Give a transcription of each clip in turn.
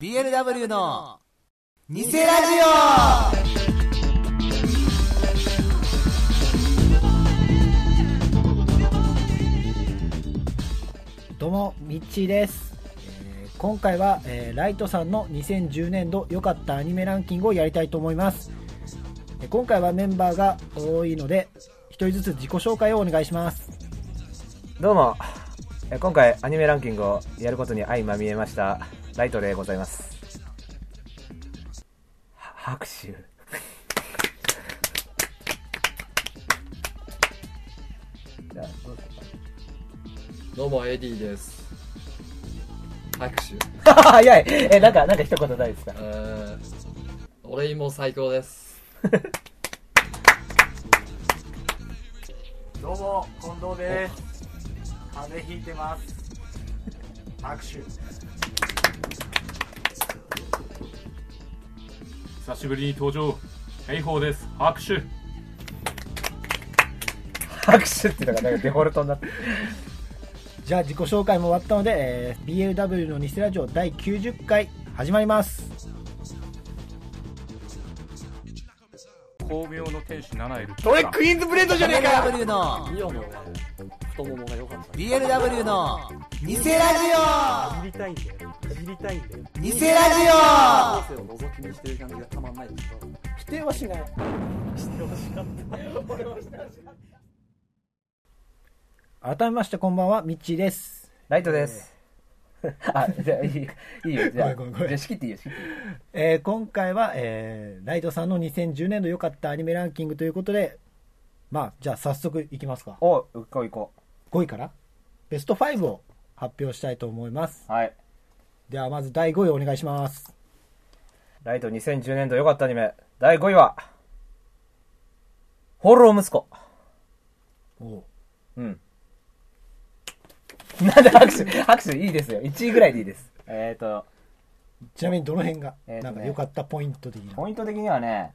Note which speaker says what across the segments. Speaker 1: TLW のニセラジ
Speaker 2: どうもミッチーです、えー今回は、えーライトさんの2010年度良かったアニメランキングをやりたいと思いますえー今回はメンバーが多いので一人ずつ自己紹介をお願いします
Speaker 3: どうもえ今回アニメランキングをやることに相まみえましたライトでございますは拍手 じゃあどうぞ
Speaker 4: どうも AD です拍手
Speaker 3: 早いえなんかなんか一言ないですか
Speaker 4: えー、俺も最高です
Speaker 5: どうも近藤です風邪ひいてます拍手
Speaker 6: 久しぶりに登場ヘイホーです拍手
Speaker 3: 拍手っていうのがなんかデフォルトになって
Speaker 2: じゃあ自己紹介も終わったので、えー BLW のニセラジオ第90回始まります
Speaker 6: 巧妙の天使7いる
Speaker 5: 俺クイーンズブレードじゃねえか
Speaker 1: BLW の
Speaker 4: ミオの太ももが良かっ
Speaker 1: BLW のニセラ
Speaker 7: いじりたいんだよいじりたいんだよ
Speaker 1: ジオニセラジ
Speaker 4: たを覗きにしてる感じがたまんないです
Speaker 2: 否定はしない改めましてこんばんはミッチーです
Speaker 3: ライトです、あじゃあいいいい よじゃあ
Speaker 2: ごめんごめんごめん
Speaker 3: じゃあ仕切っていいよ仕切っていいよ
Speaker 2: えー今回は、えーライトさんの2010年度良かったアニメランキングということで、まあ、じゃあ早速いきますか。
Speaker 3: おうっこういこ
Speaker 2: 5位からベスト5を発表したいと思います。
Speaker 3: うはい
Speaker 2: ではまず第5位お願いします。
Speaker 3: ライト2010年度良かったアニメ第5位は放浪息子
Speaker 2: おう
Speaker 3: うん。 なんで拍手、拍手いいですよ。1位ぐらいでいいです。えっ、と、
Speaker 2: ちなみにどの辺が、
Speaker 3: えーと
Speaker 2: な
Speaker 3: ね
Speaker 2: んか良かったポイント的な。
Speaker 3: ポイント的にはね、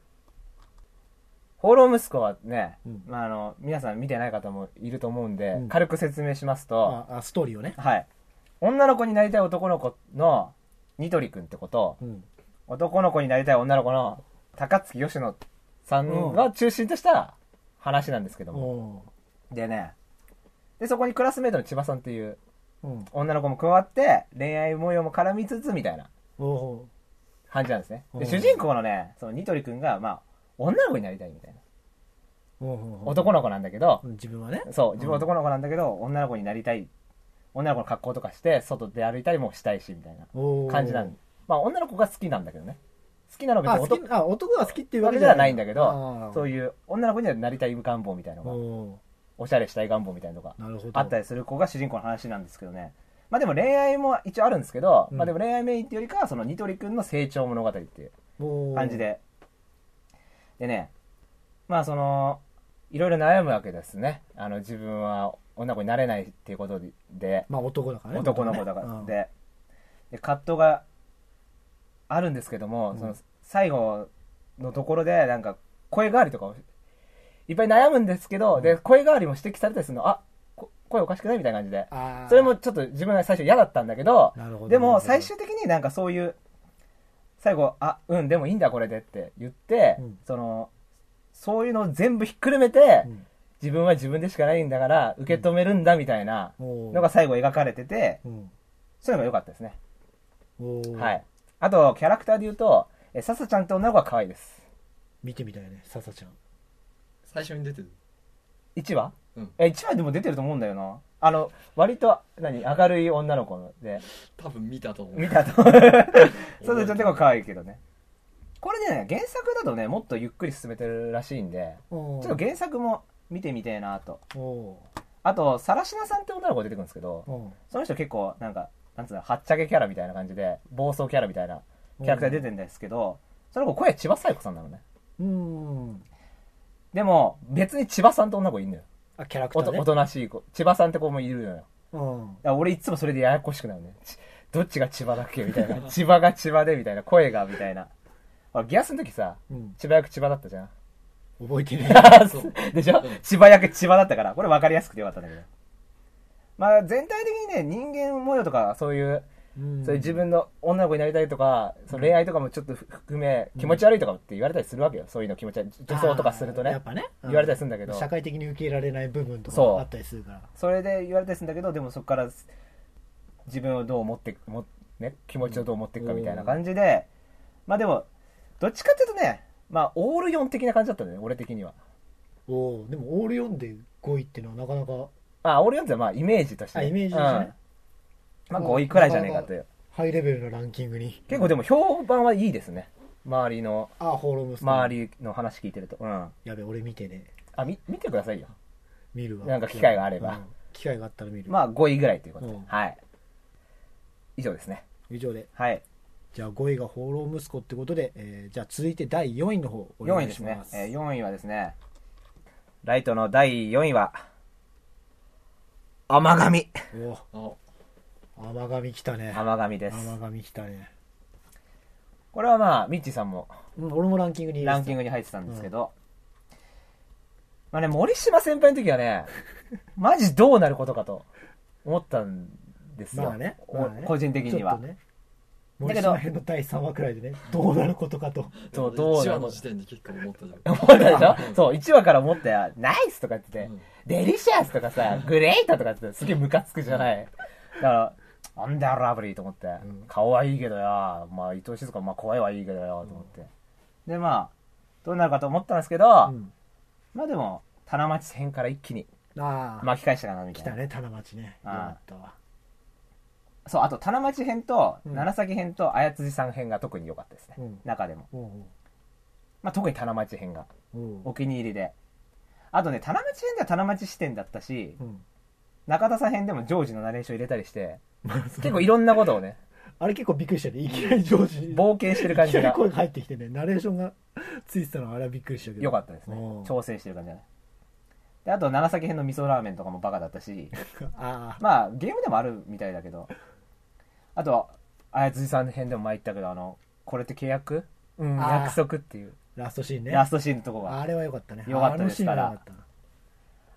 Speaker 3: 放浪息子はね、
Speaker 2: うん
Speaker 3: まあ、あの、皆さん見てない方もいると思うんで、
Speaker 2: うん
Speaker 3: 軽く説明しますと、
Speaker 2: ああストーリーをね。
Speaker 3: はい。女の子になりたい男の子のニトリくんってこと、
Speaker 2: うん。
Speaker 3: 男の子になりたい女の子の高槻義乃さんが中心とした話なんですけども。
Speaker 2: お
Speaker 3: でね、で、そこにクラスメートの千葉さんっていう
Speaker 2: ううん。
Speaker 3: 女の子も加わって恋愛模様も絡みつつみたいな
Speaker 2: おお
Speaker 3: 感じなんですね
Speaker 2: うん
Speaker 3: で主人公のねそのニトリくんがまあ女の子になりたいみたいな
Speaker 2: うおう
Speaker 3: 男の子なんだけど
Speaker 2: うん自分はね。
Speaker 3: そう自分は男の子なんだけど女の子になりたい女の子の格好とかして外で歩いたりもしたいしみたいな
Speaker 2: おう
Speaker 3: 感じなんまあ女の子が好きなんだけどね好きなのは
Speaker 2: あ
Speaker 3: 別
Speaker 2: 好
Speaker 3: に
Speaker 2: きあ男が好きっていうわ
Speaker 3: 男
Speaker 2: け
Speaker 3: で
Speaker 2: じ
Speaker 3: は
Speaker 2: ゃ
Speaker 3: ないんだけどそう
Speaker 2: いう。
Speaker 3: いう女の子にはなりたい願望みたいなのが
Speaker 2: お
Speaker 3: おしゃれしたい願望みたいなのが
Speaker 2: うなるほど。
Speaker 3: あったりする子が主人公の話なんですけどね。まあでも恋愛も一応あるんですけど、
Speaker 2: うん
Speaker 3: まあでも恋愛メインっていうよりかは、そのニトリくんの成長物語っていう
Speaker 2: おう
Speaker 3: 感じ。で。でね、まあその、いろいろ悩むわけですね。あの自分は女の子になれないっていうことで、
Speaker 2: まあ男だからね。
Speaker 3: 男の子だか
Speaker 2: う
Speaker 3: ら
Speaker 2: ん
Speaker 3: で。で、葛藤があるんですけども、
Speaker 2: うん
Speaker 3: その最後のところで、なんか声変わりとかをいっぱい悩むんですけど、で、声変わりも指摘されたりするの、あこ声おかしくないみたいな感じで。
Speaker 2: あー
Speaker 3: それもちょっと自分が最初嫌だったんだけど、
Speaker 2: なるほど
Speaker 3: でも
Speaker 2: なる
Speaker 3: 最
Speaker 2: ほど
Speaker 3: 終的になんかそういう、最後、あ、うん、でもいいんだこれでって言って、
Speaker 2: うん
Speaker 3: その、そういうのを全部ひっくるめて、
Speaker 2: うん
Speaker 3: 自分は自分でしかないんだから受け止めるんだみたいな
Speaker 2: おー
Speaker 3: のが最後描かれてて、
Speaker 2: うん
Speaker 3: そういうのが良かったですね。
Speaker 2: おー
Speaker 3: はい。あと、キャラクターで言うと、え笹ちゃんって女の子は可愛いです。
Speaker 2: 見てみたいね笹ちゃん
Speaker 4: 最初に出てる
Speaker 3: 1話、
Speaker 4: うん
Speaker 3: え、1話でも出てると思うんだよな。あの、割と、何、明るい女の子で、
Speaker 4: 多分見たと思う
Speaker 3: 見たと。それでちょっと可愛いけどね。これね、原作だとね、もっとゆっくり進めてるらしいんで、
Speaker 2: お
Speaker 3: ちょっと原作も見てみてえなと。
Speaker 2: おお
Speaker 3: あと、さらしなさんって女の子出てくるんですけど
Speaker 2: ー、お
Speaker 3: その人結構、なんか、なんつうの、はっちゃけキャラみたいな感じで、暴走キャラみたいなキャラクター出てるんですけど、その子声千葉紗友子さんなのね。
Speaker 2: ーうん
Speaker 3: でも、別に千葉さんと女の子いんのよ。
Speaker 2: あキャラク
Speaker 3: お
Speaker 2: ター
Speaker 3: と
Speaker 2: ね
Speaker 3: おとなしい子。千葉さんって子もいるのよ。
Speaker 2: うん
Speaker 3: だから俺いつもそれでややこしくなるね。ちどっちが千葉だっけみたい な。千葉が千葉でみたいな。声がみたいな。俺ギアスの時さ、
Speaker 2: うん
Speaker 3: 千葉役千葉だったじ ゃん。
Speaker 2: 覚えてね
Speaker 3: でしょ千葉役千葉だったから、これ分かりやすくてよかったんだけど。まあ全体的にね、人間模様とかそういう
Speaker 2: うん
Speaker 3: そういう自分の女の子になりたいとか、その恋愛とかもちょっと含め、気持ち悪いとかって言われたりするわけよ。そういうの気持ち悪い。女装とかすると
Speaker 2: あーや
Speaker 3: ね
Speaker 2: っ。ぱね、
Speaker 3: 言われたりするんだけど
Speaker 2: 社会的に受け入れられない部分とか
Speaker 3: そう
Speaker 2: あったりするから
Speaker 3: それで言われたりするんだけど、でもそこから自分をどう持っても、ね、気持ちをどう持っていくかみたいな感じで、まあでも、どっちかっていうとね、まあオール4的な感じだったんだよね、俺的には。
Speaker 2: おーでもオール4で5位っていうのはなかなか
Speaker 3: まあオール4ってまあイメージとしてね。
Speaker 2: あイメージですね
Speaker 3: うんまあ5位くらいじゃないかという。
Speaker 2: ハイレベルなランキングに
Speaker 3: 結構でも評判はいいですね。周りの、
Speaker 2: あーホーロームス
Speaker 3: 周りの話聞いてると。うん。
Speaker 2: やべ俺見てね
Speaker 3: あ、み、見てくださいよ。
Speaker 2: 見るわ
Speaker 3: なんか機会があれば
Speaker 2: うん機会があったら見る、
Speaker 3: まあ5位ぐらいということで
Speaker 2: うん
Speaker 3: はい。以上ですね。
Speaker 2: 以上で
Speaker 3: はい。
Speaker 2: じゃあ5位が放浪息子ってことで、えーじゃあ続いて第4位の方お
Speaker 3: 4位
Speaker 2: 願い
Speaker 3: です
Speaker 2: し
Speaker 3: ね
Speaker 2: ま。す
Speaker 3: えー、4位はですね、ライトの第4位は、甘神。
Speaker 2: お
Speaker 4: あ
Speaker 2: 甘神来たね
Speaker 3: 甘神です。
Speaker 2: 甘神来たね、
Speaker 3: これはまあ、ミッチーさんも
Speaker 2: うん、俺もランキングに入れてた
Speaker 3: ランキングに入ってたんですけど、まあね、森島先輩の時は ね、マジどうなることかと思ったんですよ。
Speaker 2: まあねまあね
Speaker 3: お個人的には。
Speaker 2: ちょっとね
Speaker 3: だ
Speaker 2: 森
Speaker 3: けど
Speaker 2: 島編の第3話くらいでねどうなることかと
Speaker 3: そうどう
Speaker 4: 1話
Speaker 3: なの
Speaker 4: の時点で結構思ったじゃん。
Speaker 3: 思ったでしょそう、1話から思ったよ。ナイスとか言ってて、
Speaker 4: うん
Speaker 3: デリシャスとかさ、グレイトとか言っててすげえムカつくじゃない。だから、なんだよラブリーと思って、顔はいいけどよ、まあ、伊藤静香、まあ、怖いはいいけどよ、と思って。で、まあ、どうなるかと思ったんですけど、
Speaker 2: うん
Speaker 3: まあでも、棚町編から一気に
Speaker 2: ああ、
Speaker 3: 巻き返したかな、みた
Speaker 2: 来
Speaker 3: いな。
Speaker 2: たね棚町ねよ
Speaker 3: ああ
Speaker 2: かったわ
Speaker 3: そう、あと、棚町編と、
Speaker 2: うん
Speaker 3: 七崎編と、綾辻さん編が特に良かったですね。
Speaker 2: うん
Speaker 3: 中でも。
Speaker 2: おう
Speaker 3: まあ、特に棚町編が、
Speaker 2: おうお
Speaker 3: お
Speaker 2: う
Speaker 3: 気に入りで。あとね、棚町編では棚町視点だったし、
Speaker 2: うん
Speaker 3: 中田さん編でもジョージのナレーション入れたりして、結構いろんなことをね、
Speaker 2: あれ結構びっくりしたねいきなりジョージに
Speaker 3: 冒険してる感
Speaker 2: い
Speaker 3: じ
Speaker 2: きなり
Speaker 3: が
Speaker 2: 声が入ってきてねナレーションがついてたのはあれはびっくりしたけど
Speaker 3: 良かったですね
Speaker 2: お。う
Speaker 3: 調整してる感じがね。で、あと、長崎編の味噌ラーメンとかもバカだっ たし、
Speaker 2: ああ
Speaker 3: まあ、ゲームでもあるみたいだけど、あと、あやつじさん編でも前言ったけど、あの、これって契約うん、
Speaker 2: あー
Speaker 3: 約束っていう、
Speaker 2: ラストシーンね
Speaker 3: ラストシーンのとこが。
Speaker 2: あれは良かったね
Speaker 3: 良かったですか
Speaker 2: あ
Speaker 3: ら
Speaker 2: のシーンは良かっ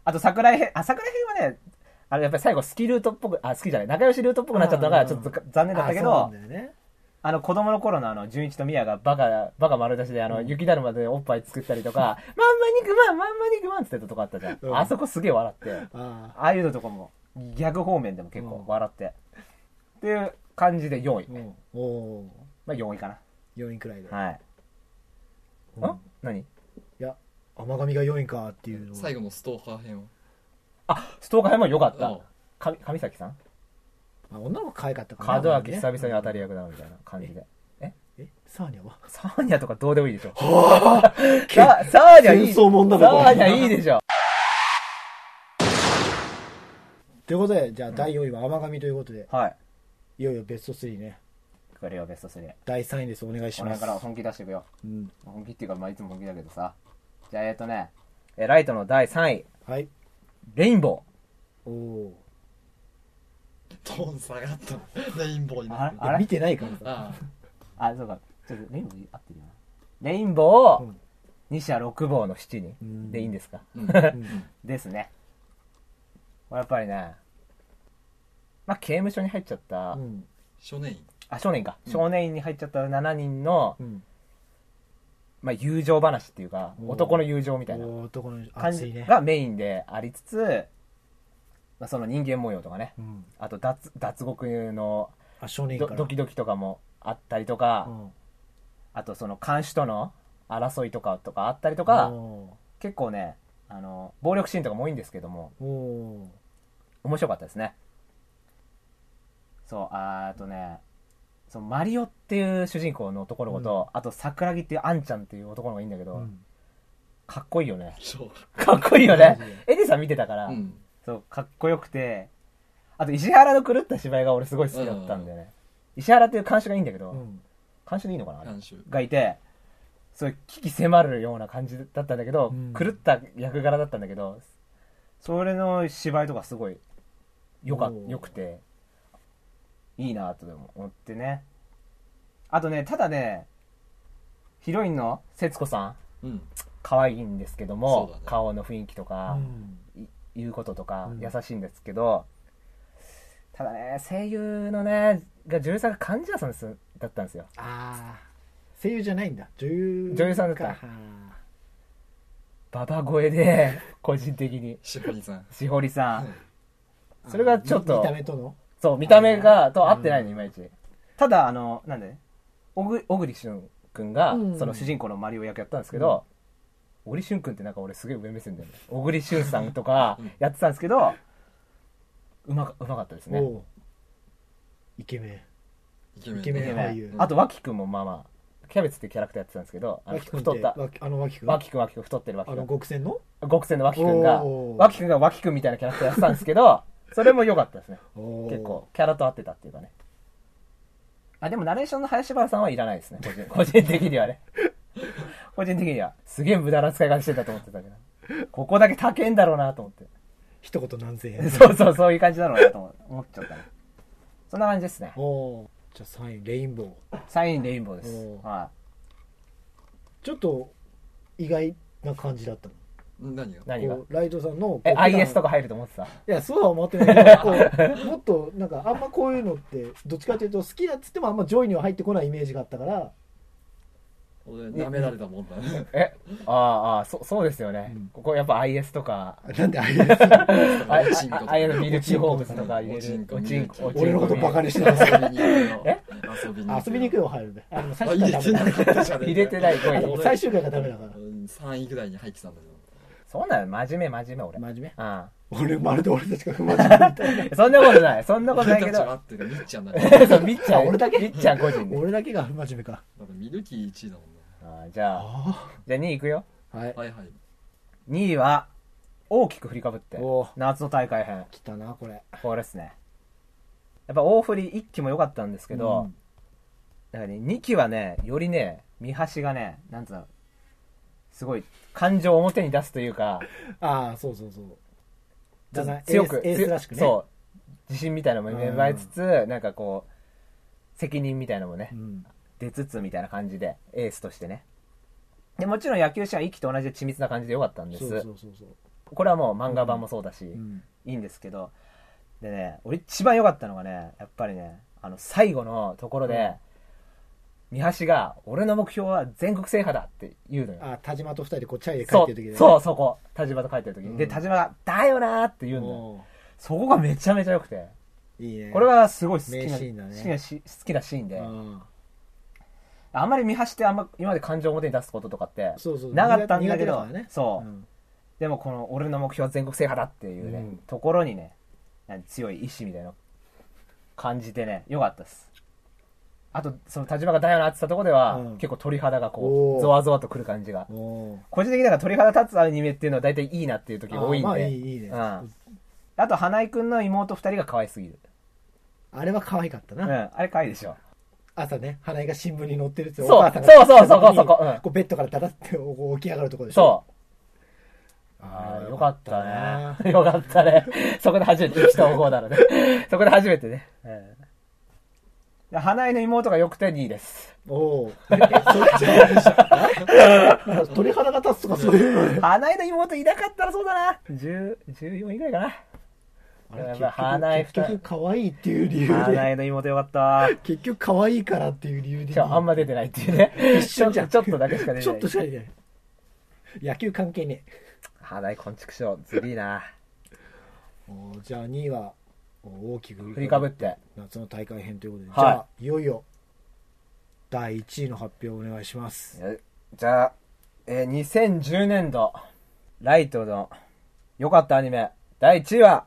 Speaker 3: あと、桜井編、あ、桜井編はね、あれ、やっぱり最後、好きルートっぽく、あ、好きじゃない、仲良しルートっぽくなっちゃったの
Speaker 2: う
Speaker 3: が、
Speaker 2: ん
Speaker 3: ちょっと残念だったけ
Speaker 2: あ
Speaker 3: ど
Speaker 2: そう、なんだよね
Speaker 3: あの、子供の頃のあの、純一と宮がバカ、バカ丸出しで、あの、雪だるまでおっぱい作ったり とか、まんま肉まん、まんま肉まんって言ったとこあったじゃん。
Speaker 2: うん
Speaker 3: あそこすげえ笑って。
Speaker 2: ああ
Speaker 3: ああいうのとかも、逆方面でも結構笑って。っていう感じで4位。
Speaker 2: おお
Speaker 3: まあ4位か
Speaker 2: 4位くらいで、
Speaker 3: な。はい。
Speaker 2: うん
Speaker 3: ん何
Speaker 2: いや甘神が4位かっていうの
Speaker 4: 最
Speaker 2: 後
Speaker 4: 後のストーカー編は。
Speaker 3: あ、ストーカー編も良かっ
Speaker 4: う
Speaker 3: た
Speaker 4: ん。
Speaker 3: か上崎さん
Speaker 2: 女の子可愛かったから
Speaker 3: 門脇久々に当たり役だな、みたいな感じで。
Speaker 2: えサーニャは
Speaker 3: サーニャとかどうでもいいでしょ。さサーニャいい。
Speaker 2: 戦争もんだな
Speaker 3: サ
Speaker 2: これ
Speaker 3: ーニャいいでしょ。
Speaker 2: ということでじゃあ第4位は甘神ということで
Speaker 3: はい。
Speaker 2: いよいよベスト3ね
Speaker 3: これをベスト3。
Speaker 2: 第3位ですお願いし
Speaker 3: これ
Speaker 2: ます
Speaker 3: から本気出していくよ。
Speaker 2: うん
Speaker 3: 本気っていうか、まあ、いつも本気だけどさ。じゃあ、えっとね、えライトの第3位、
Speaker 2: はい
Speaker 3: レインボ
Speaker 2: おお
Speaker 4: トーン下がった。レインボーに
Speaker 3: ー。
Speaker 4: なってる。
Speaker 2: ーいや見てないからさ
Speaker 4: あ
Speaker 3: あ、そうか。ちょっと、レインボー合ってるよな。レインボー
Speaker 2: うん
Speaker 3: を、二社六房の七人でいいんですか、
Speaker 4: あ。うん
Speaker 3: ですね。これやっぱりね、まあ、刑務所に入っちゃった、
Speaker 2: うん
Speaker 4: 少年院。
Speaker 3: あ、少年か。少年院に入っちゃった7人の、
Speaker 2: うん
Speaker 3: まあ、友情話っていうか、
Speaker 2: おー
Speaker 3: 男の友情みたいな
Speaker 2: おー男の
Speaker 3: 感
Speaker 2: 熱
Speaker 3: じ
Speaker 2: いね
Speaker 3: がメインでありつつ、まあ、その人間模様とかね、
Speaker 2: うん
Speaker 3: あと脱脱獄の
Speaker 2: あ少年
Speaker 3: ド
Speaker 2: から
Speaker 3: ドキドキとかもあったりとか、
Speaker 2: うん
Speaker 3: あとその看守との争いとかとかあったりとか、
Speaker 2: お
Speaker 3: 結構ねあの暴力シーンとかも多いんですけども
Speaker 2: ーお
Speaker 3: 面白かったですねそうあーあとねそのマリオっていう主人公の男の子と、あと桜木っていうアンちゃんっていう男の子がいいんだけど、
Speaker 2: ーうん
Speaker 3: かっこいいよね
Speaker 4: そうか。
Speaker 3: かっこいいよねエディさん見てたから、
Speaker 4: うん。
Speaker 3: そうかっこよくてあと石原の狂った芝居が俺すごい好きだったんだよね、石原っていう監修がいいんだけど、
Speaker 2: うん
Speaker 3: 監修でいいのかなあれ
Speaker 4: 監修。
Speaker 3: がいて、そういう危機迫るような感じだったんだけど、
Speaker 2: うん
Speaker 3: 狂った役柄だったんだけど、それの芝居とかすごいよか
Speaker 2: お、ー
Speaker 3: よくて、いいなとでも思ってね。あとね、ただね、ヒロインの節子さん、
Speaker 4: うん。
Speaker 3: 可愛いんですけど
Speaker 4: そ
Speaker 3: も
Speaker 4: う、だね
Speaker 3: 顔の雰囲気とか、い言うこととか
Speaker 2: うん
Speaker 3: 優しいんですけど、ただね、声優のね、が女優さんが貫地谷さんですだったんですよ
Speaker 2: ああ声優じゃないんだ女優
Speaker 3: 女優さんだった
Speaker 2: か
Speaker 3: ババ声で 個人的に
Speaker 4: しほりさん。
Speaker 3: しほりさん
Speaker 2: あー
Speaker 3: それがちょっと
Speaker 2: 見見た目との
Speaker 3: そう見た目がと合ってないのいまいちただあのなんで小栗小栗旬君が
Speaker 2: うん
Speaker 3: その主人公のマリオ役やったんですけど小栗旬君ってなんか俺すげえ上目線だよね小栗旬さんと かやってたんですけどうまかうまかったですね
Speaker 2: おうイケメン
Speaker 4: イケメン。
Speaker 2: イケメン
Speaker 3: ね
Speaker 2: 俳優
Speaker 3: あと脇君もまあまあキャベツってキャラクターやってたんですけどあの
Speaker 2: 脇くん
Speaker 3: 太
Speaker 2: っ
Speaker 3: ってた
Speaker 2: 脇あの脇くん
Speaker 3: 脇君脇君太ってる脇
Speaker 2: あの
Speaker 3: 君
Speaker 2: 極戦の
Speaker 3: 極戦の脇君が
Speaker 2: おー
Speaker 3: 脇君が脇君みたいなキャラクターやってたんです けどそれも良かったですね
Speaker 2: 結
Speaker 3: 結構キャラと合ってたっていうかねあでもナレーションの林原さんはいらないですね個人 個人的にはね個人的にはすげえ無駄な使い方してたと思ってたけどここだけ高えんだろうなと思っ
Speaker 2: 一言何千
Speaker 3: て
Speaker 2: 円
Speaker 3: そうそうそういう感じだろうなと思思っちゃったねそんな感じですね
Speaker 2: おおーじゃあ3位レインボー
Speaker 3: サインレインボーです
Speaker 2: おー
Speaker 3: は
Speaker 2: ちょっと意外な感じだったの
Speaker 4: うん何が
Speaker 3: い何が
Speaker 2: こうライトさんのこう
Speaker 3: え
Speaker 2: 普段
Speaker 3: IS とか入ると思ってた
Speaker 2: いやそうは思ってないけどこうもっとなんかあんまこういうのってどっちかというと好きだっつってもあんま上位には入ってこないイメージがあったから
Speaker 4: 俺、舐められたもんだね。
Speaker 3: えああああそそうですよね、ここやっぱ IS とか
Speaker 2: なんであれです
Speaker 3: ああ
Speaker 4: おちんことか
Speaker 3: ああいうのミルキーホームズとか入
Speaker 4: お
Speaker 3: れる
Speaker 4: ちんこ
Speaker 3: おちんこ
Speaker 4: おちんこ
Speaker 2: 俺のことバカにしてます
Speaker 4: 遊びに行くよ
Speaker 3: え
Speaker 4: 遊びに
Speaker 2: 遊びに行くよ入るねあの最
Speaker 4: あ
Speaker 2: 終
Speaker 4: 入
Speaker 2: 回ダメだ
Speaker 4: れてなかったじゃねえか
Speaker 3: 入れてない声
Speaker 2: あの最終回がダメだから
Speaker 4: うん3位ぐらいに入ってたんだけど
Speaker 3: そうなの真面目真面目俺
Speaker 2: 真面目
Speaker 3: あ
Speaker 2: 俺まるで俺たちが不真面目だった
Speaker 3: あそんなことないそんなことない
Speaker 4: 俺
Speaker 3: け
Speaker 4: たちは合
Speaker 3: ど
Speaker 4: ってるみっちゃんだね
Speaker 3: そうみっちゃん
Speaker 2: 俺だけ
Speaker 3: みっちゃん個人 で
Speaker 2: 俺だけが不真面目か
Speaker 4: だからミルキー1位だもんね
Speaker 3: ああじゃあ
Speaker 2: あ
Speaker 3: じゃあ2位いくよ
Speaker 2: あはい
Speaker 4: はいはい
Speaker 3: 2位は大きく振りかぶって
Speaker 2: おー
Speaker 3: 夏の大会編
Speaker 2: 来たなこれ
Speaker 3: これですねやっぱ大振り1期も良かったんですけど、なんかね、2期はねよりね見橋がねなんつうのすごい感情を表に出すというか
Speaker 2: ああそうそうそう
Speaker 3: ちょっ
Speaker 2: だ
Speaker 3: と
Speaker 2: な
Speaker 3: 強く
Speaker 2: エースエースらしくね
Speaker 3: 強そう自信みたいなのも芽生えつつ、なんかこう責任みたいなのもね、
Speaker 2: うん
Speaker 3: 出つつみたいな感じでエースとしてねでもちろん野球史は息と同じで緻密な感じでよかったんです
Speaker 2: そうそうそうそう
Speaker 3: これはもう漫画版もそうだし、
Speaker 2: うん
Speaker 3: いいんですけどでね俺一番良かったのがねやっぱりねあの最後のところで、三橋が「俺の目標は全国制覇だ」って言うのよ
Speaker 2: ああ田島と二人でこうチャイで帰
Speaker 3: そ
Speaker 2: って
Speaker 3: う
Speaker 2: る時で
Speaker 3: そうそこ田島と帰ってる時に、
Speaker 2: うん
Speaker 3: で田島が「だよな」って言うんだよ
Speaker 2: お
Speaker 3: そこがめちゃめちゃ良くて
Speaker 2: ーいいね
Speaker 3: これはすごい好き
Speaker 2: 名
Speaker 3: な
Speaker 2: シーンだね
Speaker 3: 好きなし好きなシーンで、
Speaker 2: うん
Speaker 3: あんまり見張してあんま今まで感情を表に出すこととかって
Speaker 2: そうそう
Speaker 3: なかったんだけ
Speaker 2: 苦手
Speaker 3: ど
Speaker 2: からね
Speaker 3: そう、
Speaker 2: ん
Speaker 3: でもこの俺の目標は全国制覇だっていうね、
Speaker 2: うん
Speaker 3: ところにねなんか強い意志みたいなの感じてねよかったですあとその田島がダイヤのってたところでは、
Speaker 2: うん
Speaker 3: 結構鳥肌が
Speaker 2: お
Speaker 3: こ
Speaker 2: ー
Speaker 3: うゾワゾワとくる感じが
Speaker 2: おー
Speaker 3: 個人的になんか鳥肌立つアニメっていうのは大体いいなっていう時が多いんで
Speaker 2: あ
Speaker 3: あ,、
Speaker 2: まあいいいいね、
Speaker 3: うんあと花井くんの妹2人が可愛すぎる、
Speaker 2: あれは可愛かった
Speaker 3: う
Speaker 2: な、
Speaker 3: ん、あれ可愛いでしょ
Speaker 2: 朝ね花井が新聞に載ってるって
Speaker 3: そう
Speaker 2: お母さんが
Speaker 3: そうそうそこそこうん
Speaker 2: こうベッドからダダってこう起き上がるとこでしょ
Speaker 3: そうああ、よかった
Speaker 2: ね
Speaker 3: ね。よかったね。 そこで初めて、生きた方だろう ね。そこで初めてね。うん、花江の妹がよくて2位です。
Speaker 2: おおそれなんか 鳥肌が立つとかそういうの ね
Speaker 3: 花江の妹いなかったらそうだな。10 14位ぐらいかな。
Speaker 2: あ
Speaker 3: やっぱ花井
Speaker 2: れ
Speaker 3: 二
Speaker 2: 結局
Speaker 3: 人
Speaker 2: 結局可愛いっていう理由
Speaker 3: 花
Speaker 2: で
Speaker 3: 江の妹よかった。
Speaker 2: 結局可愛いからっていう理由で
Speaker 3: しかもあんま出てないっていう ね。
Speaker 2: 一緒じゃん
Speaker 3: ちょっとちょっとだけしか出て
Speaker 2: ち
Speaker 3: な
Speaker 2: ょっ
Speaker 3: い
Speaker 2: と。しか出てない野球関係ねえ
Speaker 3: 花江昆虫賞、ずりーな。
Speaker 2: おーじゃあ2位は大きく
Speaker 3: 振りかぶって。
Speaker 2: 夏の大会編ということで、
Speaker 3: はい
Speaker 2: じゃあいよいよ第1位の発表をお願いします
Speaker 3: じゃあ、えー2010年度、ライトの良かったアニメ、第1位は、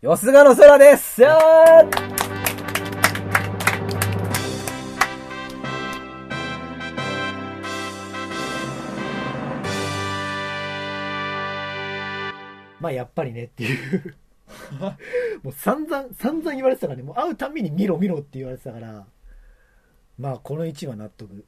Speaker 3: よすがの空ですよー
Speaker 2: まあやっぱりねっていう もう散々散々言われてたからねもう会うたんびに見ろ見ろって言われてたからまあこの1位は納得、
Speaker 3: よ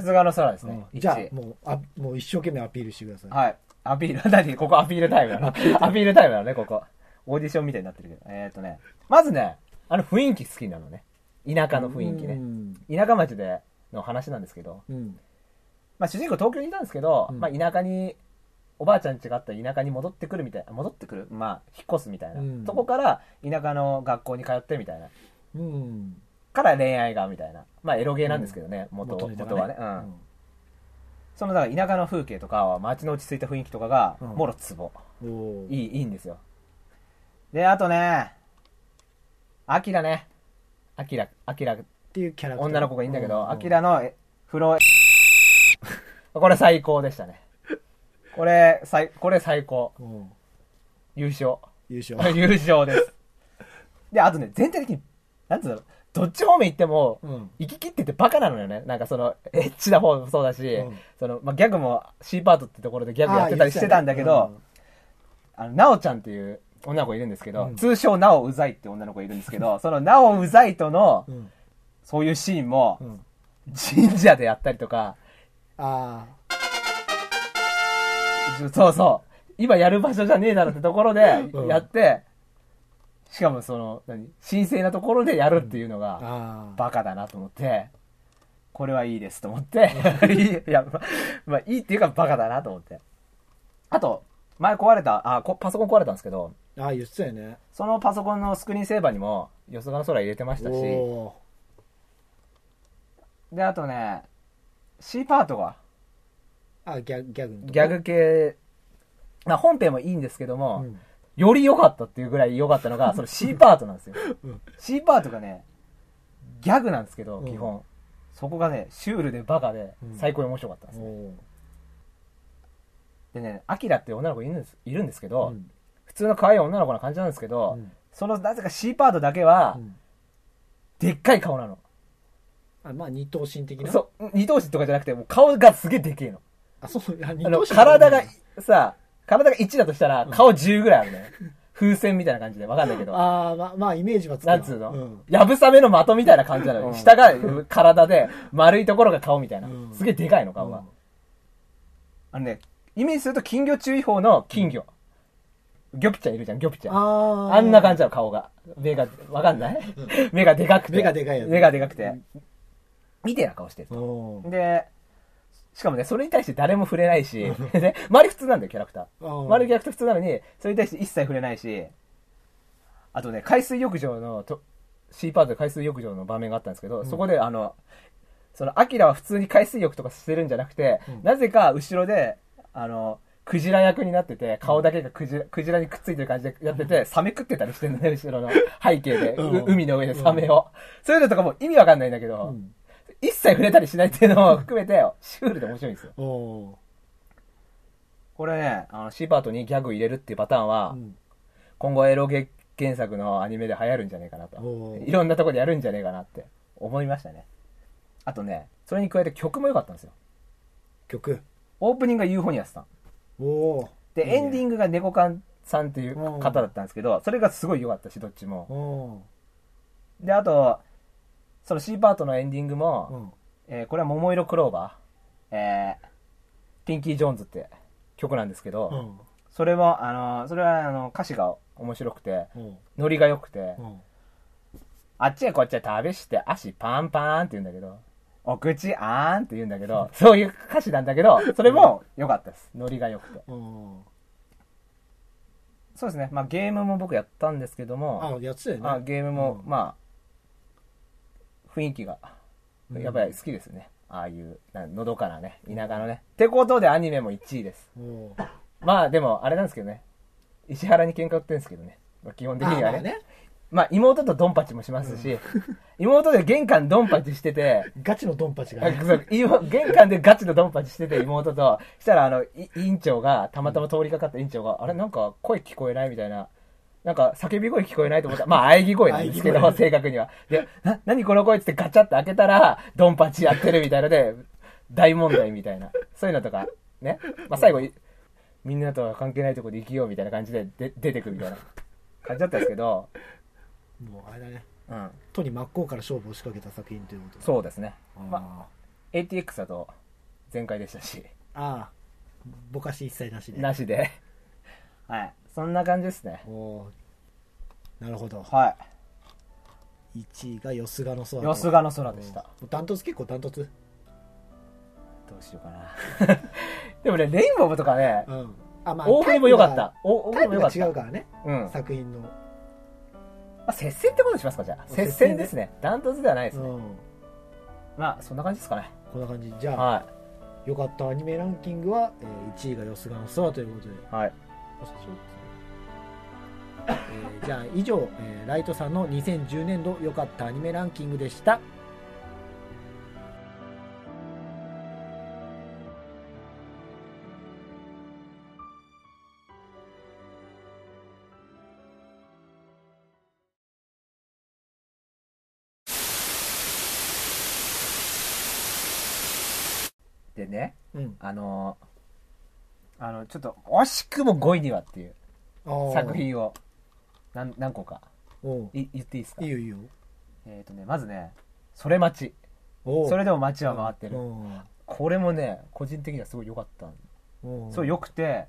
Speaker 3: すがの空ですね。
Speaker 2: うんじゃ
Speaker 3: 1
Speaker 2: あもうあもう一生懸命アピールしてください、
Speaker 3: はい。アピール、 何ここアピールタイム なのアピールタイムなのね、ここ。オーディションみたいになってるけど。えっ、ー、とね、まずね、あの雰囲気好きなのね。田舎の雰囲気
Speaker 2: う
Speaker 3: ね。
Speaker 2: ん
Speaker 3: 田舎町での話なんですけど、
Speaker 2: うん
Speaker 3: まあ、主人公東京にいたんですけど、
Speaker 2: うん
Speaker 3: まあ、田舎におばあちゃん家があった田舎に戻ってくるみたいな戻ってくるまあ引っ越すみたいな、
Speaker 2: うん
Speaker 3: そこから田舎の学校に通ってみたいな
Speaker 2: うん
Speaker 3: から恋愛がみたいなまあエロゲーなんですけどね、元
Speaker 2: 元
Speaker 3: 元
Speaker 2: ネタが
Speaker 3: はね、うんそのだから田舎の風景とかは街の落ち着いた雰囲気とかが
Speaker 2: うん
Speaker 3: もろツボ
Speaker 2: うんおー
Speaker 3: いいいいんですよであとねアキラねアキラアキラ
Speaker 2: っていうキャラクター
Speaker 3: 女の子がいいんだけ
Speaker 2: う
Speaker 3: ど、
Speaker 2: う
Speaker 3: アキラのえ風 呂、これ最高でしたね。これ、最、これ最高。
Speaker 2: うん
Speaker 3: 優勝。
Speaker 2: 優勝
Speaker 3: 優勝です。で、あとね、全体的に、なんつうの、どっち方面行っても、
Speaker 2: うん
Speaker 3: 行き切っててバカなのよね。なんかその、エッチな方もそうだし、
Speaker 2: うん
Speaker 3: その、まあ、ギャグも C パートってところでギャグやってたりしてたんだけ
Speaker 2: ああ
Speaker 3: ど、あの、なおちゃんっていう女の子いるんですけど、通称なおうざいって女の子いるんですけど、そのなおうざいとの、
Speaker 2: 言ってたねうん
Speaker 3: そういうシーンも、
Speaker 2: うん
Speaker 3: 神社でやったりとか、
Speaker 2: あ
Speaker 3: そうそう、今やる場所じゃねえだろってところで
Speaker 2: うん
Speaker 3: やって、しかもその、何、神聖なところでやるっていうの
Speaker 2: あ
Speaker 3: が、
Speaker 2: ああ
Speaker 3: バカだなと思って、これはいいですと思って、 いや、ま、まあいいっていうかバカだなと思って。あと、前壊れた、あ、こパソコン壊れたんですけど、
Speaker 2: ああ言ってたよね
Speaker 3: そのパソコンのスクリーンセーバーにも、よそがの空入れてましたし、
Speaker 2: お
Speaker 3: で、あとね、C パートが、
Speaker 2: ーあギャギャグのとこ
Speaker 3: ギャグ系、まあ、本編もいいんですけども、
Speaker 2: うん
Speaker 3: より良かったっていうぐらい良かったのが、その C パートなんですよ。C パートがね、ギャグなんですけど、
Speaker 2: うん
Speaker 3: 基本。そこがね、シュールでバカで
Speaker 2: うん、
Speaker 3: 最高に面白かったんですよ、
Speaker 2: おー
Speaker 3: でね、アキラっていう女の子いるんですいるんですけど、
Speaker 2: うん
Speaker 3: 普通の可愛い女の子な感じなんですけど、
Speaker 2: うん
Speaker 3: そのなぜか C パートだけは、
Speaker 2: うん
Speaker 3: でっかい顔なの。
Speaker 2: あまあ二等身的な
Speaker 3: そう、二頭身とかじゃなくて、もう顔がすげえでけえの。
Speaker 2: あそうあ二等
Speaker 3: あの、
Speaker 2: 身
Speaker 3: 体が、さ、体が1だとしたら、顔10ぐらいあるね。風船みたいな感じで、わかんないけど。
Speaker 2: ああまあまあイメージはつくよ
Speaker 3: なんつうの、
Speaker 2: ん
Speaker 3: やぶさめの的みたいな感じなのよ、下が体で、丸いところが顔みたいな。
Speaker 2: うん
Speaker 3: すげえでかいの、顔が。
Speaker 2: うん
Speaker 3: あのね、イメージすると金魚注意報の金魚。ギョピちゃんいるじゃん、ギョピちゃん。あ
Speaker 2: あ
Speaker 3: んな感
Speaker 2: じ
Speaker 3: じなの、顔が。目が、わかんない目がでかくて。
Speaker 2: 目がでかいやつ
Speaker 3: 目がでかくて。みてえな顔してる。
Speaker 2: おー
Speaker 3: で、しかもね、それに対して誰も触れないし、 ね、周り普通なんだよ、キャラクター。
Speaker 2: あ
Speaker 3: 丸キャラクター普通なのに、それに対して一切触れないし、あとね、海水浴場のと、C パートで海水浴場の場面があったんですけど、そこであの、その、アキラは普通に海水浴とかしてるんじゃなくて、なぜか後ろで、あの、クジラ役になってて、顔だけがクジラ、クジラにくっついてる感じでやってて、サメ食ってたりしてるのね、後ろ の背景で、う
Speaker 2: うん
Speaker 3: 海の上でサメを。そういうのとかも意味わかんないんだけど、一切触れたりしないっていうのも含めて、シュールで面白いんですよ。
Speaker 2: お
Speaker 3: これね、あの、C パートにギャグ入れるっていうパターンは、
Speaker 2: ーうん
Speaker 3: 今後エロゲ原作のアニメで流行るんじゃねえかな
Speaker 2: お
Speaker 3: と
Speaker 2: ー
Speaker 3: いろんなとこでやるんじゃねえかなって思いましたねあとねそれに加えて曲も良かったんですよ
Speaker 2: 曲
Speaker 3: オープニングがユーフォニアスさん
Speaker 2: おお
Speaker 3: でエンディングがネコカンさんっていう
Speaker 2: うん
Speaker 3: 方だったんですけどそれがすごい良かったしどっちも
Speaker 2: お
Speaker 3: であとその C パートのエンディング
Speaker 2: ーう
Speaker 3: も、
Speaker 2: ん
Speaker 3: えーこれは「桃色クローバー」えーピンキー・ジョーンズって曲なんですけど、
Speaker 2: うん
Speaker 3: それも、あのーそれはあの歌詞が面白くて
Speaker 2: うん
Speaker 3: ノリが良くて、
Speaker 2: うん
Speaker 3: あっちへこっちへ旅して足パンパンって言うんだけど、お口あーんって言うんだけど、そういう歌詞なんだけど、それも良かったです。ノリが良くて。
Speaker 2: うん
Speaker 3: そうですね。まあゲームも僕やったんですけど
Speaker 2: あ
Speaker 3: も、
Speaker 2: やってたよね
Speaker 3: まあゲームも、
Speaker 2: うん
Speaker 3: まあ、雰囲気が、
Speaker 2: ん
Speaker 3: やっぱり好きですね。ああいう、なんのどかなね、田舎のね。ってことでアニメも1位です。
Speaker 2: おー
Speaker 3: まあでも、あれなんですけどね。石原に喧嘩売ってるんですけどね。まあ基本的には
Speaker 2: あまあ
Speaker 3: ね。まあ妹とドンパチもしますし、妹で玄関ドンパチしてて、
Speaker 2: ガチのドンパチが
Speaker 3: あ
Speaker 2: ね
Speaker 3: そう 今玄関でガチのドンパチしてて妹としたらあのい委員長がたまたま通りかかった委員長が、あれなんか声聞こえないみたいななんか叫び声聞こえないと思ったまあ喘ぎ声なんですけ
Speaker 2: 喘ぎ
Speaker 3: ど正確にはでな何この声っつってガチャって開けたらドンパチやってるみたいので大問題みたいなそういうのとかね、まあ、最後いみんなとは関係ないところで生きようみたいな感じでで出てくるみたいな感じだったんですけど、
Speaker 2: もうあれだね
Speaker 3: うん、
Speaker 2: とに真っ向から勝負を仕掛けた作品ということ
Speaker 3: そうですね
Speaker 2: う
Speaker 3: ま
Speaker 2: ま
Speaker 3: ATX だと全開でしたし
Speaker 2: ああぼかし一切なしで
Speaker 3: なしで。はい。そんな感じですね。
Speaker 2: おーなるほど
Speaker 3: は
Speaker 2: 1位がよすがの空
Speaker 3: い
Speaker 2: と
Speaker 3: よすがの空でした。
Speaker 2: うんダントツ結構ダントツ
Speaker 3: どうしようかな。でもね、レインボーとかね、
Speaker 2: うんあま
Speaker 3: 大振りも良かった。お大振
Speaker 2: タ
Speaker 3: り
Speaker 2: イプ
Speaker 3: も良か
Speaker 2: が
Speaker 3: っ
Speaker 2: 違
Speaker 3: た。
Speaker 2: うからね
Speaker 3: うん。
Speaker 2: 作品の
Speaker 3: まあ、接戦ってことにしますか、じゃあ。接戦ですね。ダントツではないで
Speaker 2: う
Speaker 3: すね。
Speaker 2: ん
Speaker 3: まあ、そんな感じですかね。
Speaker 2: こんな感じじゃあ
Speaker 3: は
Speaker 2: 良かったアニメランキングはえー1位が「よすがの空」ということで
Speaker 3: い。はい。
Speaker 2: えーじゃあ以上、えーライトさんの2010年度良かったアニメランキングでした
Speaker 3: でね、
Speaker 2: うん
Speaker 3: あのーあの、ちょっと、惜しくも5位にはっていう作品を、何、何個か、
Speaker 2: おう
Speaker 3: い言っていいですか
Speaker 2: いいよいいよ
Speaker 3: えっ、とね、まずね、それ待ち。
Speaker 2: お
Speaker 3: それ
Speaker 2: で
Speaker 3: でも街は回ってる。
Speaker 2: うん
Speaker 3: これもね、個人的にはすごい良かったん
Speaker 2: うん
Speaker 3: そう良くて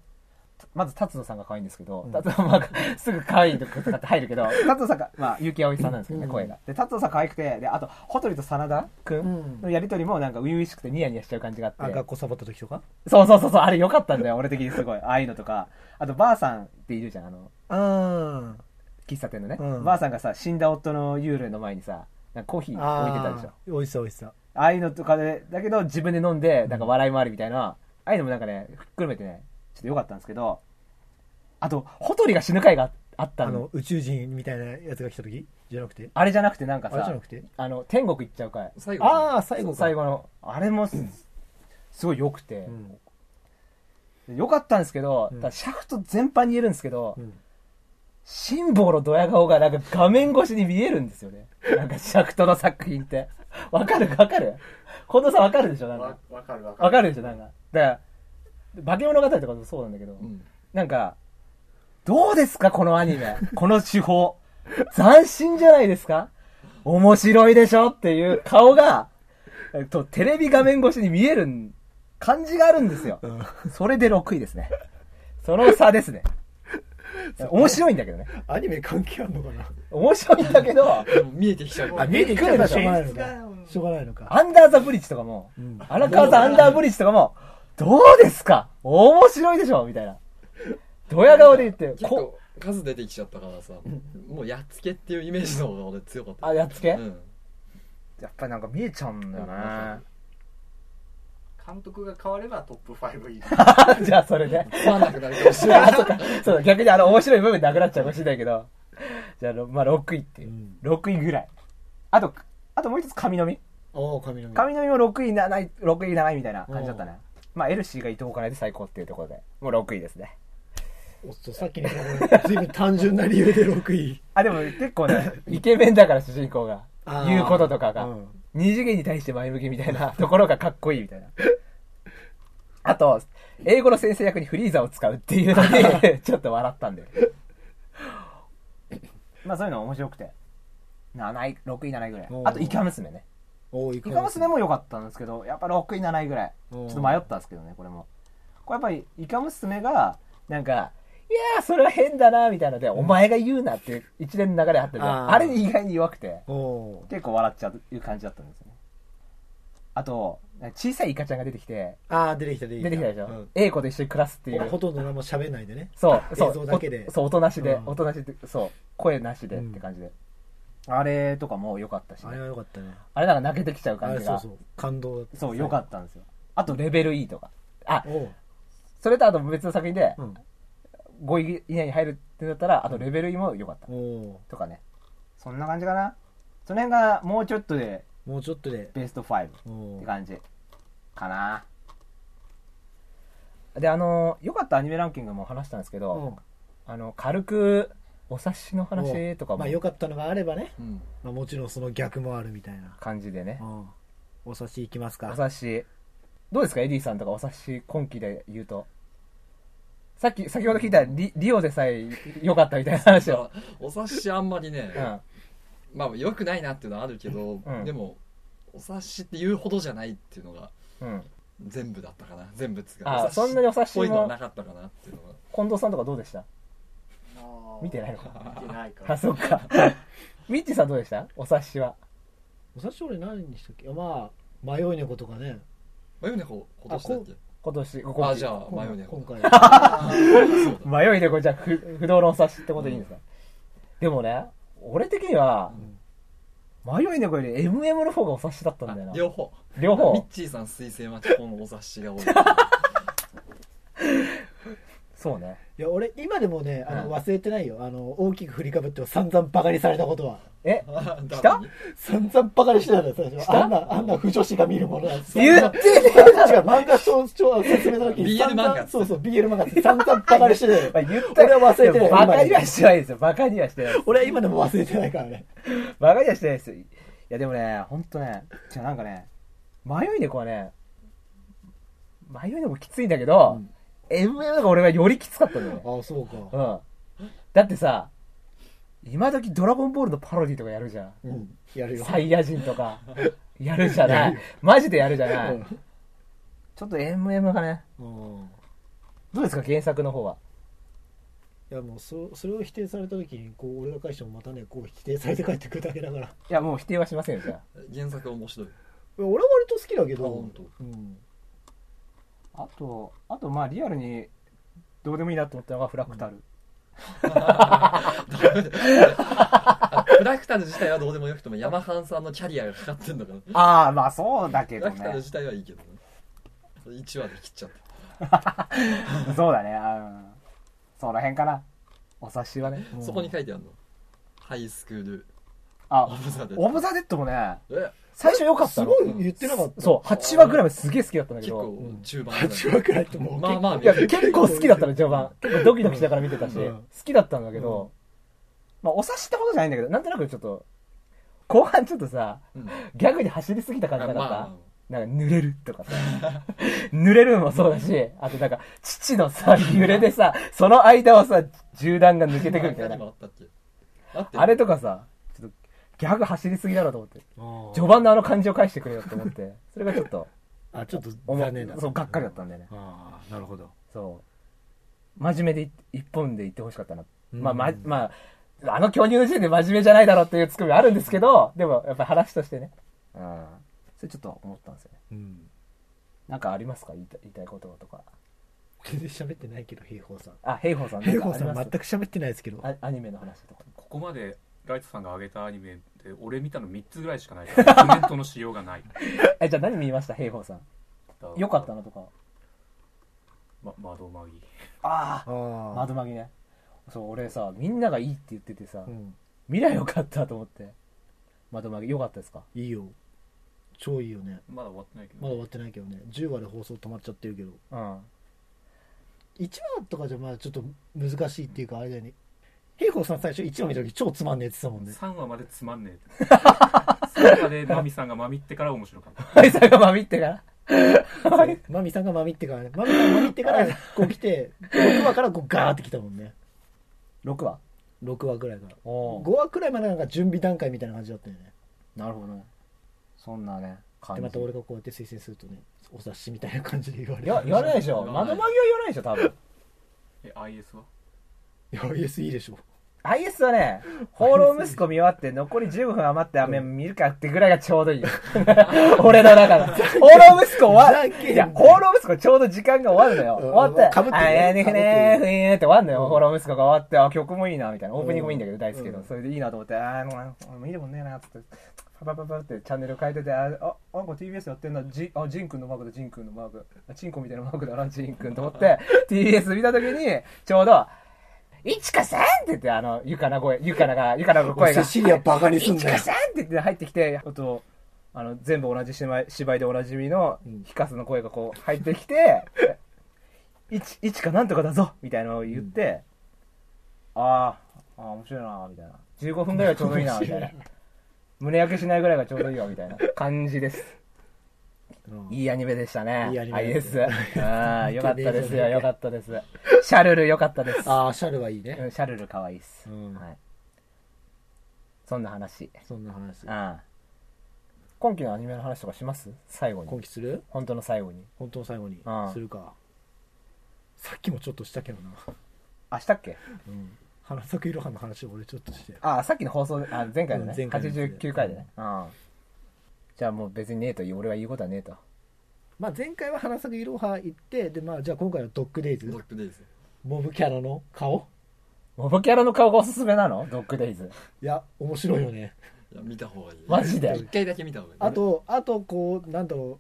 Speaker 3: まず達野さんが可愛いんですけど、
Speaker 2: うん
Speaker 3: 達野さんは すぐ可愛いとかって入るけど 達野さんが、まあ、結城葵さんなんですけどね、
Speaker 2: うん
Speaker 3: 声がで達野さん可愛くてであと羽鳥と真田
Speaker 2: う
Speaker 3: 君
Speaker 2: ん
Speaker 3: のやり取りもなんか初々しくてニヤニヤしちゃう感じがあって
Speaker 2: あ学校サボった時とか
Speaker 3: そうそうそうそうあれ良かったんだよ俺的にすごいああいうのとかあとばあさんっているじゃんあの
Speaker 2: うん
Speaker 3: 喫茶店のね、
Speaker 2: うん
Speaker 3: ばあさんがさ死んだ夫の幽霊の前にさなんかコーヒー置いてたでしょ
Speaker 2: おいしさおいしさ
Speaker 3: ああいうのとかで、だけど自分で飲んで、なんか笑い回りみたいな、ああいうのもなんかね、ふっくるめてね、ちょっと良かったんですけど、あと、ホトリが死ぬ回があった
Speaker 2: あ
Speaker 3: の。
Speaker 2: の宇宙人みたいなやつが来た時じゃなくて
Speaker 3: あれじゃなくてなんか
Speaker 2: あれじゃ
Speaker 3: さ
Speaker 2: なくて、
Speaker 3: あの、天国行っちゃう回。
Speaker 4: 最後
Speaker 2: ああ最後か
Speaker 3: 最後の、あ れもす、すごい良くて
Speaker 2: う、ん
Speaker 3: 良かったんですけど、
Speaker 2: うん
Speaker 3: ただシャフト全般に言えるんですけど
Speaker 2: うん、
Speaker 3: 辛抱のドヤ顔がなんか画面越しに見えるんですよね。なんかシャフトの作品って。わかるわかる近藤さんわかるでしょなんか
Speaker 5: わ。わかるわかる
Speaker 3: わかるでしょなんか。だから、化け物語とかもそうなんだけど、
Speaker 4: ん
Speaker 3: なんか、どうですかこのアニメ。この手法。斬新じゃないですか面白いでしょっていう顔が、えっと、テレビ画面越しに見えるん感じがあるんですよ。それで6位ですね。その差で すね。面白いんだけどね。
Speaker 2: アニメ関係あるのかな
Speaker 3: 面白いんだけど、
Speaker 4: でも見えてきちゃう
Speaker 2: あ見えてきたからしょうがないの
Speaker 5: 演出が
Speaker 2: かしょうがないのか
Speaker 3: アンダーザブリッジとかも、荒川さんアンダーブリッジとかも、どうですか面白いでしょみたいな。ドヤ顔で言って、
Speaker 4: 結
Speaker 3: こ、
Speaker 4: 構数出てきちゃったからさもうやっつけっていうイメージの方が俺強かった
Speaker 3: あ、やっつけや
Speaker 4: うん
Speaker 3: っぱりなんか見えちゃうんだよね。
Speaker 5: 監督が変わればトップ5入り
Speaker 3: じゃあそれで。
Speaker 4: つまんなくなるかもしれない
Speaker 3: あ、そっか。そうだ、逆にあの面白い部分なくなっちゃうかもしれないけど。じゃあ、ろまあ6位っていう。6位ぐらい。あと、あともう一つ神のみ
Speaker 2: おお神のみ
Speaker 3: 神のみも6位、7位、6位、7位みたいな感じだったね。まあ、エルシーが伊藤かないで最高っていうところで、もう6位ですね。
Speaker 2: おっとさっきのずいぶん単純な理由で6位
Speaker 3: あ、でも結構ね、 イケメンだから主人公が。
Speaker 2: あー
Speaker 3: 言うこととかが
Speaker 2: うん。
Speaker 3: 二次元に対して前向きみたいな ところがかっこいいみたいな。あと、英語の先生役にフリーザを使うっていうの で、ちょっと笑ったんで。まあそういうの面白くて。7位、6位、7位ぐらい
Speaker 2: お。ー
Speaker 3: あと、イカ娘ね。
Speaker 2: おおい
Speaker 3: イカ娘も良かったんですけど、やっぱ6位、7位ぐらい。ち
Speaker 2: お
Speaker 3: ょ
Speaker 2: ー
Speaker 3: っと迷ったんですけどね、これも。これやっぱり、イカ娘が、なんか、いやー、それは変だな、みたいなので、お前が言うなっていう一連の流れあったじゃ
Speaker 2: あ
Speaker 3: ん。
Speaker 2: ー
Speaker 3: あれに意外に弱くて。
Speaker 2: おお
Speaker 3: 結構笑っちゃういう感じだったんですよねあと小さいイカちゃんが出てきて
Speaker 2: ああ出てきた出てき
Speaker 3: 出
Speaker 2: た
Speaker 3: てきたでしょ、
Speaker 2: うん
Speaker 3: A 子と一緒に暮らすってい
Speaker 2: ほほ
Speaker 3: う
Speaker 2: とんど何も喋んないでね
Speaker 3: そうそう
Speaker 2: 映像だけで
Speaker 3: おそう音なしで、
Speaker 2: うん
Speaker 3: 音なしでそう声なしでって感じで、あれとかも良かったし、ね、
Speaker 2: あ
Speaker 3: あ
Speaker 2: れ
Speaker 3: れ
Speaker 2: は良かったね
Speaker 3: なんか泣けてきちゃう
Speaker 2: あ
Speaker 3: 感
Speaker 2: れ
Speaker 3: じ
Speaker 2: そう
Speaker 3: が
Speaker 2: そ
Speaker 3: そう
Speaker 2: う感動だった
Speaker 3: 良かったんですよあとレベル E とかあ
Speaker 2: おう
Speaker 3: それとあと別の作品で
Speaker 2: うん
Speaker 3: 5位以内に入るってなったらあとレベル E も良かった
Speaker 2: おお
Speaker 3: とかねそんな感じかなその辺がもうちょっとで
Speaker 2: もうちょっとで
Speaker 3: ベスト5
Speaker 2: おお
Speaker 3: って
Speaker 2: う
Speaker 3: 感じかなであの良かったアニメランキングも話したんですけど、あの軽くお察しの話とかも
Speaker 2: まあ良かったのがあればね
Speaker 4: うん
Speaker 2: まあもちろんその逆もあるみたいな
Speaker 3: 感じでね
Speaker 2: うんお察しいきます
Speaker 3: お
Speaker 2: か
Speaker 3: 察しどうですかエディさんとかお察し今期で言うとさっき先ほど聞いたリリオでさえ良かったみたいな話を、
Speaker 4: お察しあんまりね、
Speaker 3: うん、
Speaker 4: まあ良くないなっていうのはあるけど、
Speaker 3: うん
Speaker 4: でもお察しって言うほどじゃないっていうのが
Speaker 3: うん、
Speaker 4: 全部だったかな全部っつう
Speaker 3: あ
Speaker 4: か
Speaker 3: そんなにお察しも
Speaker 4: っぽいのはなかったかなっていうのが
Speaker 3: 近藤さんとかどうでした見て
Speaker 5: い
Speaker 3: ないのか
Speaker 5: 見てないか
Speaker 3: あ
Speaker 5: ら
Speaker 3: そ っかミッチーさんどうでしたお察しは
Speaker 2: お察し俺何にしたっけまあ迷い猫とかね
Speaker 4: まあ、ねこう今年だっけ
Speaker 3: 今年、こ
Speaker 4: あ、じゃあ、
Speaker 2: 今
Speaker 4: 迷うね。
Speaker 2: 今回は
Speaker 3: 迷いでこれじゃあ不不動のお察しってことでいいんですか、でもね、俺的には、迷い猫より MM の方がお察しだったんだよ
Speaker 4: あ
Speaker 3: な。
Speaker 4: 両方。
Speaker 3: 両
Speaker 4: ミッ
Speaker 3: 方。
Speaker 4: チーさん水星マチコンのお察しが多 い。
Speaker 3: そうね。
Speaker 2: いや俺今でもねあの
Speaker 4: うん
Speaker 2: 忘れてないよあの大きく振りかぶっても散々バカにされたことは
Speaker 3: え
Speaker 4: 来
Speaker 3: た
Speaker 2: 散々バカにしてたんだよ最初あんなあんな不女子が見るものなんて
Speaker 3: 言ってねえだ
Speaker 2: 違う漫画少女説明の時に
Speaker 4: BL
Speaker 2: 散々
Speaker 4: 漫画
Speaker 2: そうそう BL 漫画って散々バカにしてた よ
Speaker 3: ろ言った
Speaker 2: 俺は忘れてない
Speaker 3: バカ
Speaker 2: 今
Speaker 3: に
Speaker 2: でも
Speaker 3: はしてないですよ。バカにはしてないです。
Speaker 2: 俺は今でも忘れてないからね
Speaker 3: バカにはしてないですよ。いや、でもね、ほんとね、じゃあなんかね、迷い猫はね、迷い猫きついんだけど、MM が俺はよりきつかったんだよね。
Speaker 2: あそうか
Speaker 3: うん。だってさ、今時ドラゴンボールのパロディとかやるじゃん。
Speaker 2: うんやるよ
Speaker 3: サイヤ人とか、やるじゃない。マジでやるじゃな
Speaker 2: う
Speaker 3: い
Speaker 2: ん。
Speaker 3: ちょっと MM がね、
Speaker 2: うん
Speaker 3: どうですか、原作の方は。
Speaker 2: いやもうそそれを否定された時にこう俺が返してもまたねこう否定されて帰ってくるだけだから
Speaker 3: いや、もう否定はしませんよ、じゃ
Speaker 4: 原作面 白い。
Speaker 2: 俺は割と好きだけ
Speaker 4: あ、
Speaker 2: ど
Speaker 4: 本当。
Speaker 2: うん
Speaker 3: あ。あと、あと、まあ、リアルに、どうでもいいなと思ったのがフラクタル。
Speaker 4: あフラクタル自体はどうでもよくても、ヤマハンさんのキャリアがかかってんだから。
Speaker 3: ああ、まあ、そうだけ
Speaker 4: フラクタル自体はいいけどね。1話で切っちゃった。
Speaker 3: そうだね、うん。その辺かな。お察しはね。
Speaker 4: そこに書いてあるの。ハイスクール、オ
Speaker 3: あ、
Speaker 4: ブザデ
Speaker 3: オブザ・デッドもね、
Speaker 4: え、
Speaker 3: 最初良かっ
Speaker 2: す
Speaker 3: たの
Speaker 2: ごい言ってなかった
Speaker 3: そう、8話ぐらいまですげえ好きだったんだけ
Speaker 4: 結
Speaker 3: ど。
Speaker 4: 構中 盤
Speaker 2: 8話くらいってもう
Speaker 4: まあまあ、
Speaker 3: いや、結構好きだったの、序盤。結構ドキドキしながら見てたし、
Speaker 2: うん
Speaker 3: 好きだったんだけど、まあ、お察しってことじゃないんだけど、なんとなくちょっと、後半ちょっとさ、
Speaker 4: うん
Speaker 3: ギャグに走りすぎた感じなかった、
Speaker 4: ま
Speaker 3: なんか、濡れるとかさ、濡れるもそうだし、あとなんか、父のさ、揺れでさ、その間をさ、銃弾が抜けてくるみたい
Speaker 4: あ
Speaker 3: な
Speaker 4: 何も。あったっけあって
Speaker 3: あれとかさ、ちょっと、ギャグ走りすぎだろと思って、
Speaker 2: あ
Speaker 3: 序盤のあの感じを返してくれよと思って、それがちょっと、
Speaker 2: あちょっと
Speaker 3: 思う
Speaker 2: 残念だ
Speaker 3: そう、がっかりだったんだよね。
Speaker 2: ああなるほど
Speaker 3: そう真面目で一本で言ってほしかったな、
Speaker 2: うん
Speaker 3: まあままああの巨乳の時点で真面目じゃないだろうっていうツッコミあるんですけどでもやっぱ話としてねうんそれちょっと思ったんですよね
Speaker 2: うん
Speaker 3: なんかありますか言いたい言いたいこととか
Speaker 2: 全然喋ってないけど平方さん
Speaker 3: あ平方さんなん
Speaker 2: 平
Speaker 3: か
Speaker 2: 方
Speaker 3: あ
Speaker 2: さ
Speaker 3: り
Speaker 2: ん
Speaker 3: ま
Speaker 2: 全
Speaker 3: す
Speaker 2: く喋ってないですけど
Speaker 3: あアニメの話とか
Speaker 6: ここまでライトさんが挙げたアニメで俺見たの3つぐらいしかないからコメントのしよう がない
Speaker 3: えじゃあ何見ました平方さんよかったなとか
Speaker 6: ま窓まぎ
Speaker 3: ああ
Speaker 2: あ
Speaker 3: 窓まぎねそう俺さみんながいいって言っててさ、
Speaker 2: あうん
Speaker 3: 見りゃよかったと思って窓まぎよかったですか
Speaker 2: いいよ超いいよね
Speaker 6: まだ終わってないけど
Speaker 2: まだ終わってないけどね10話で放送止まっちゃってるけど
Speaker 3: うん
Speaker 2: 1話とかじゃまあちょっと難しいっていうかあれだよね平方さん最初1話見た時超つまんねえって言ってたもんね
Speaker 6: 3話までつまんねえ3話でマミさんがマミってから面白か った
Speaker 3: あいさんがまみってから
Speaker 2: マミさんがマミってからねマミさんがマミってからこう来て6話からこうガーって来たもんね
Speaker 3: 6話
Speaker 2: 6話くらいから
Speaker 3: おー
Speaker 2: 5話くらいまでなんか準備段階みたいな感じだったよね
Speaker 3: なるほどねそんなね感
Speaker 2: でまた俺がこうやって推薦するとねお察しみたいな感じで言われ
Speaker 3: いや言わないでしょ
Speaker 4: 言わな
Speaker 3: 窓
Speaker 4: い
Speaker 3: マギは言わないでしょ多分
Speaker 6: え IS はい
Speaker 2: やイエスいいでしょ
Speaker 3: IS はね放浪息子見終わって残り15分余って雨見るかってぐらいがちょ うどいいよ俺の中の放浪息子は
Speaker 2: ふざけんない
Speaker 3: や放浪息子ちょうど時間が終わるのよ
Speaker 2: うん
Speaker 3: 終わって
Speaker 2: かぶってる
Speaker 3: あやねふねふねって終わるの
Speaker 2: う
Speaker 3: よ
Speaker 2: ん
Speaker 3: 放浪息子が終わってあ曲もいいなみたいなオープニングもいいんだけど
Speaker 2: うん
Speaker 3: 大好きど
Speaker 2: うん
Speaker 3: それでいいなと思ってあーもうもう見るもんねえなっつってパパパパってチャンネル変えててああなんか TBS やってんなジあジンくんのマークだジンくんのマークあチンコみたいなマークだなジンくんと思って TBS 見た時にちょうど「いちかさん!」って言ってあのゆかな声ゆかながゆかなの声が「いち
Speaker 2: リアバカに
Speaker 3: かさん!」って言って入ってきてあとあの全部同じ芝居芝居でおなじみの
Speaker 2: うん
Speaker 3: ヒカスの声がこう入ってきて 「いちいちかなんとかだぞ!」みたいなのを言って「あーあー面白いな」みたいな15分ぐらいがちょうどいいなみたいな 胸焼けしないぐらいがちょうどいいわみたいな感じです いいアニメでしたね。
Speaker 2: いいアニメで
Speaker 3: IS
Speaker 2: す。
Speaker 3: ああ、よかった ですよ、よかったです。シャルルよかったです。
Speaker 2: ああシャルはいいね
Speaker 3: うんシャルル可愛いっす。
Speaker 2: うん
Speaker 3: はい。そんな話。
Speaker 2: そんな話
Speaker 3: うん。今期のアニメの話とかします最後
Speaker 2: 今
Speaker 3: に。
Speaker 2: 期する
Speaker 3: 本当の最後に。
Speaker 2: 本当の最後に
Speaker 3: うん
Speaker 2: するかさっきもちょっとしたけどな
Speaker 3: あ、したっけ
Speaker 2: 花咲くいろはの話を俺ちょっとして
Speaker 3: あ、さっきの放送で、あ、前回のね
Speaker 2: う。ん前回のやつで
Speaker 3: 89回でね。うん。じゃあもう別にねえと、俺は言うことはねえと。
Speaker 2: まあ、前回は花咲いろは行ってで、まあ、じゃあ今回はドッグデイ
Speaker 4: ド
Speaker 2: ズ
Speaker 4: ッグデイズ
Speaker 7: モブキャラの顔
Speaker 3: モブキャラの顔がおすすめなのドッグデイズ。
Speaker 2: いや面白いよね
Speaker 4: いや見た方がいい
Speaker 3: マジで
Speaker 4: 一回だけ見た方がいい
Speaker 2: あとあとこうなんだろ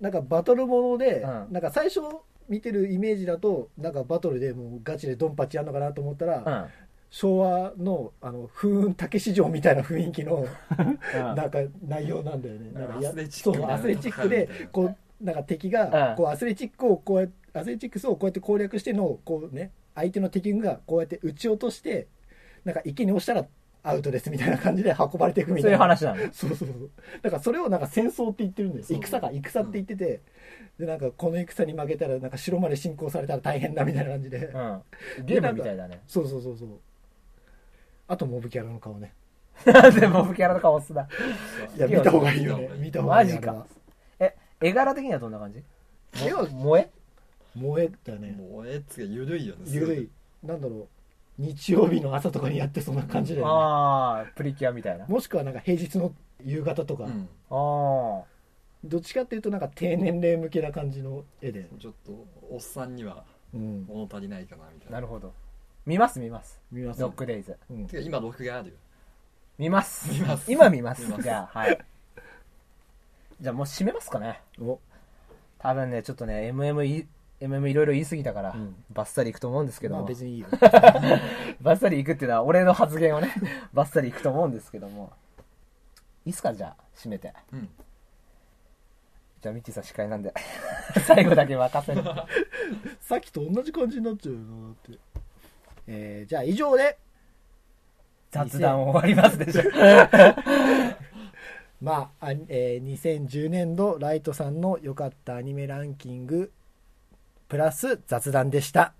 Speaker 2: うなんかバトルもので、
Speaker 3: うん
Speaker 2: なんか最初見てるイメージだとなんかバトルでもうガチでドンパチやんのかなと思ったら、
Speaker 3: うん。
Speaker 2: 昭和のあの風雲竹市場みたいな雰囲気の
Speaker 3: うん
Speaker 2: なんか内容なんだよね。なんかや
Speaker 4: アスレチ
Speaker 2: そ
Speaker 4: ック
Speaker 2: う
Speaker 4: みたいな
Speaker 2: アスレチックでこうなんか敵
Speaker 3: う
Speaker 2: が
Speaker 3: ん
Speaker 2: こうアスレチックをこうやアスレチックスをこうやって攻略してのをこうね相手の敵軍がこうやって撃ち落としてなんか池に落ちたらアウトですみたいな感じで運ばれていくみ
Speaker 3: そ
Speaker 2: た
Speaker 3: う
Speaker 2: い
Speaker 3: いう
Speaker 2: な。
Speaker 3: 話なの。
Speaker 2: そうそうそうだからそれをなんか戦争って言ってるんです
Speaker 4: そう
Speaker 2: 戦か戦って言ってて、でなんかこの戦に負けたらなんか城まで侵攻されたら大変だみたいな感じで、
Speaker 3: うん。ゲームみたいだね。
Speaker 2: そうそうそうそうあとモブキャラの顔ね
Speaker 3: なん でモブキャラの顔おすすな。
Speaker 2: いや見た方がいいよね見
Speaker 4: 見
Speaker 2: た方がいいよ
Speaker 3: マジかえ、絵柄的にはどんな感じ
Speaker 2: あれは絵は
Speaker 3: 萌え
Speaker 2: 萌えだよね
Speaker 4: もうえっつが緩いよね
Speaker 2: ゆるいなんだろう日曜日の朝とかにやってそんな感じだよね
Speaker 3: ああ、プリキュアみたいな。あ
Speaker 2: もしくはなんか平日の夕方とか、
Speaker 4: うん
Speaker 3: あ。
Speaker 2: どっちかっていうとなんか低年齢向けな感じの絵で、
Speaker 4: ちょっとおっさんには
Speaker 2: うん、
Speaker 4: 物足りないかなみたいな
Speaker 3: なるほど。見ます見ます。
Speaker 2: 見ます
Speaker 3: ドッグデイズ。
Speaker 2: うん
Speaker 4: てか今録画あるよ
Speaker 3: 見ます。
Speaker 4: 見ます
Speaker 3: 今見ます
Speaker 4: 見ま。す
Speaker 3: じゃあ、はい。じゃあもう締めますかね。
Speaker 2: お
Speaker 3: 多分ね、ちょっとね、MM い、MM いろいろ言い過ぎたから、
Speaker 2: ん
Speaker 3: バッサリいくと思うんですけど
Speaker 2: まあ
Speaker 3: も、
Speaker 2: 別にいいよ
Speaker 3: バッサリいくっていうのは俺の発言をね、 バッサリいくと思うんですけども、いいっすかじゃあ、締めて。
Speaker 4: うん
Speaker 3: じゃあ、ミッチーさん司会なんで、最後だけ任せる。
Speaker 2: さっきと同じ感じになっちゃうよなだって、えーじゃあ以上で
Speaker 3: 雑談終わりますでしょ。
Speaker 2: まああ、えー2010年度ライトさんの良かったアニメランキングプラス雑談でした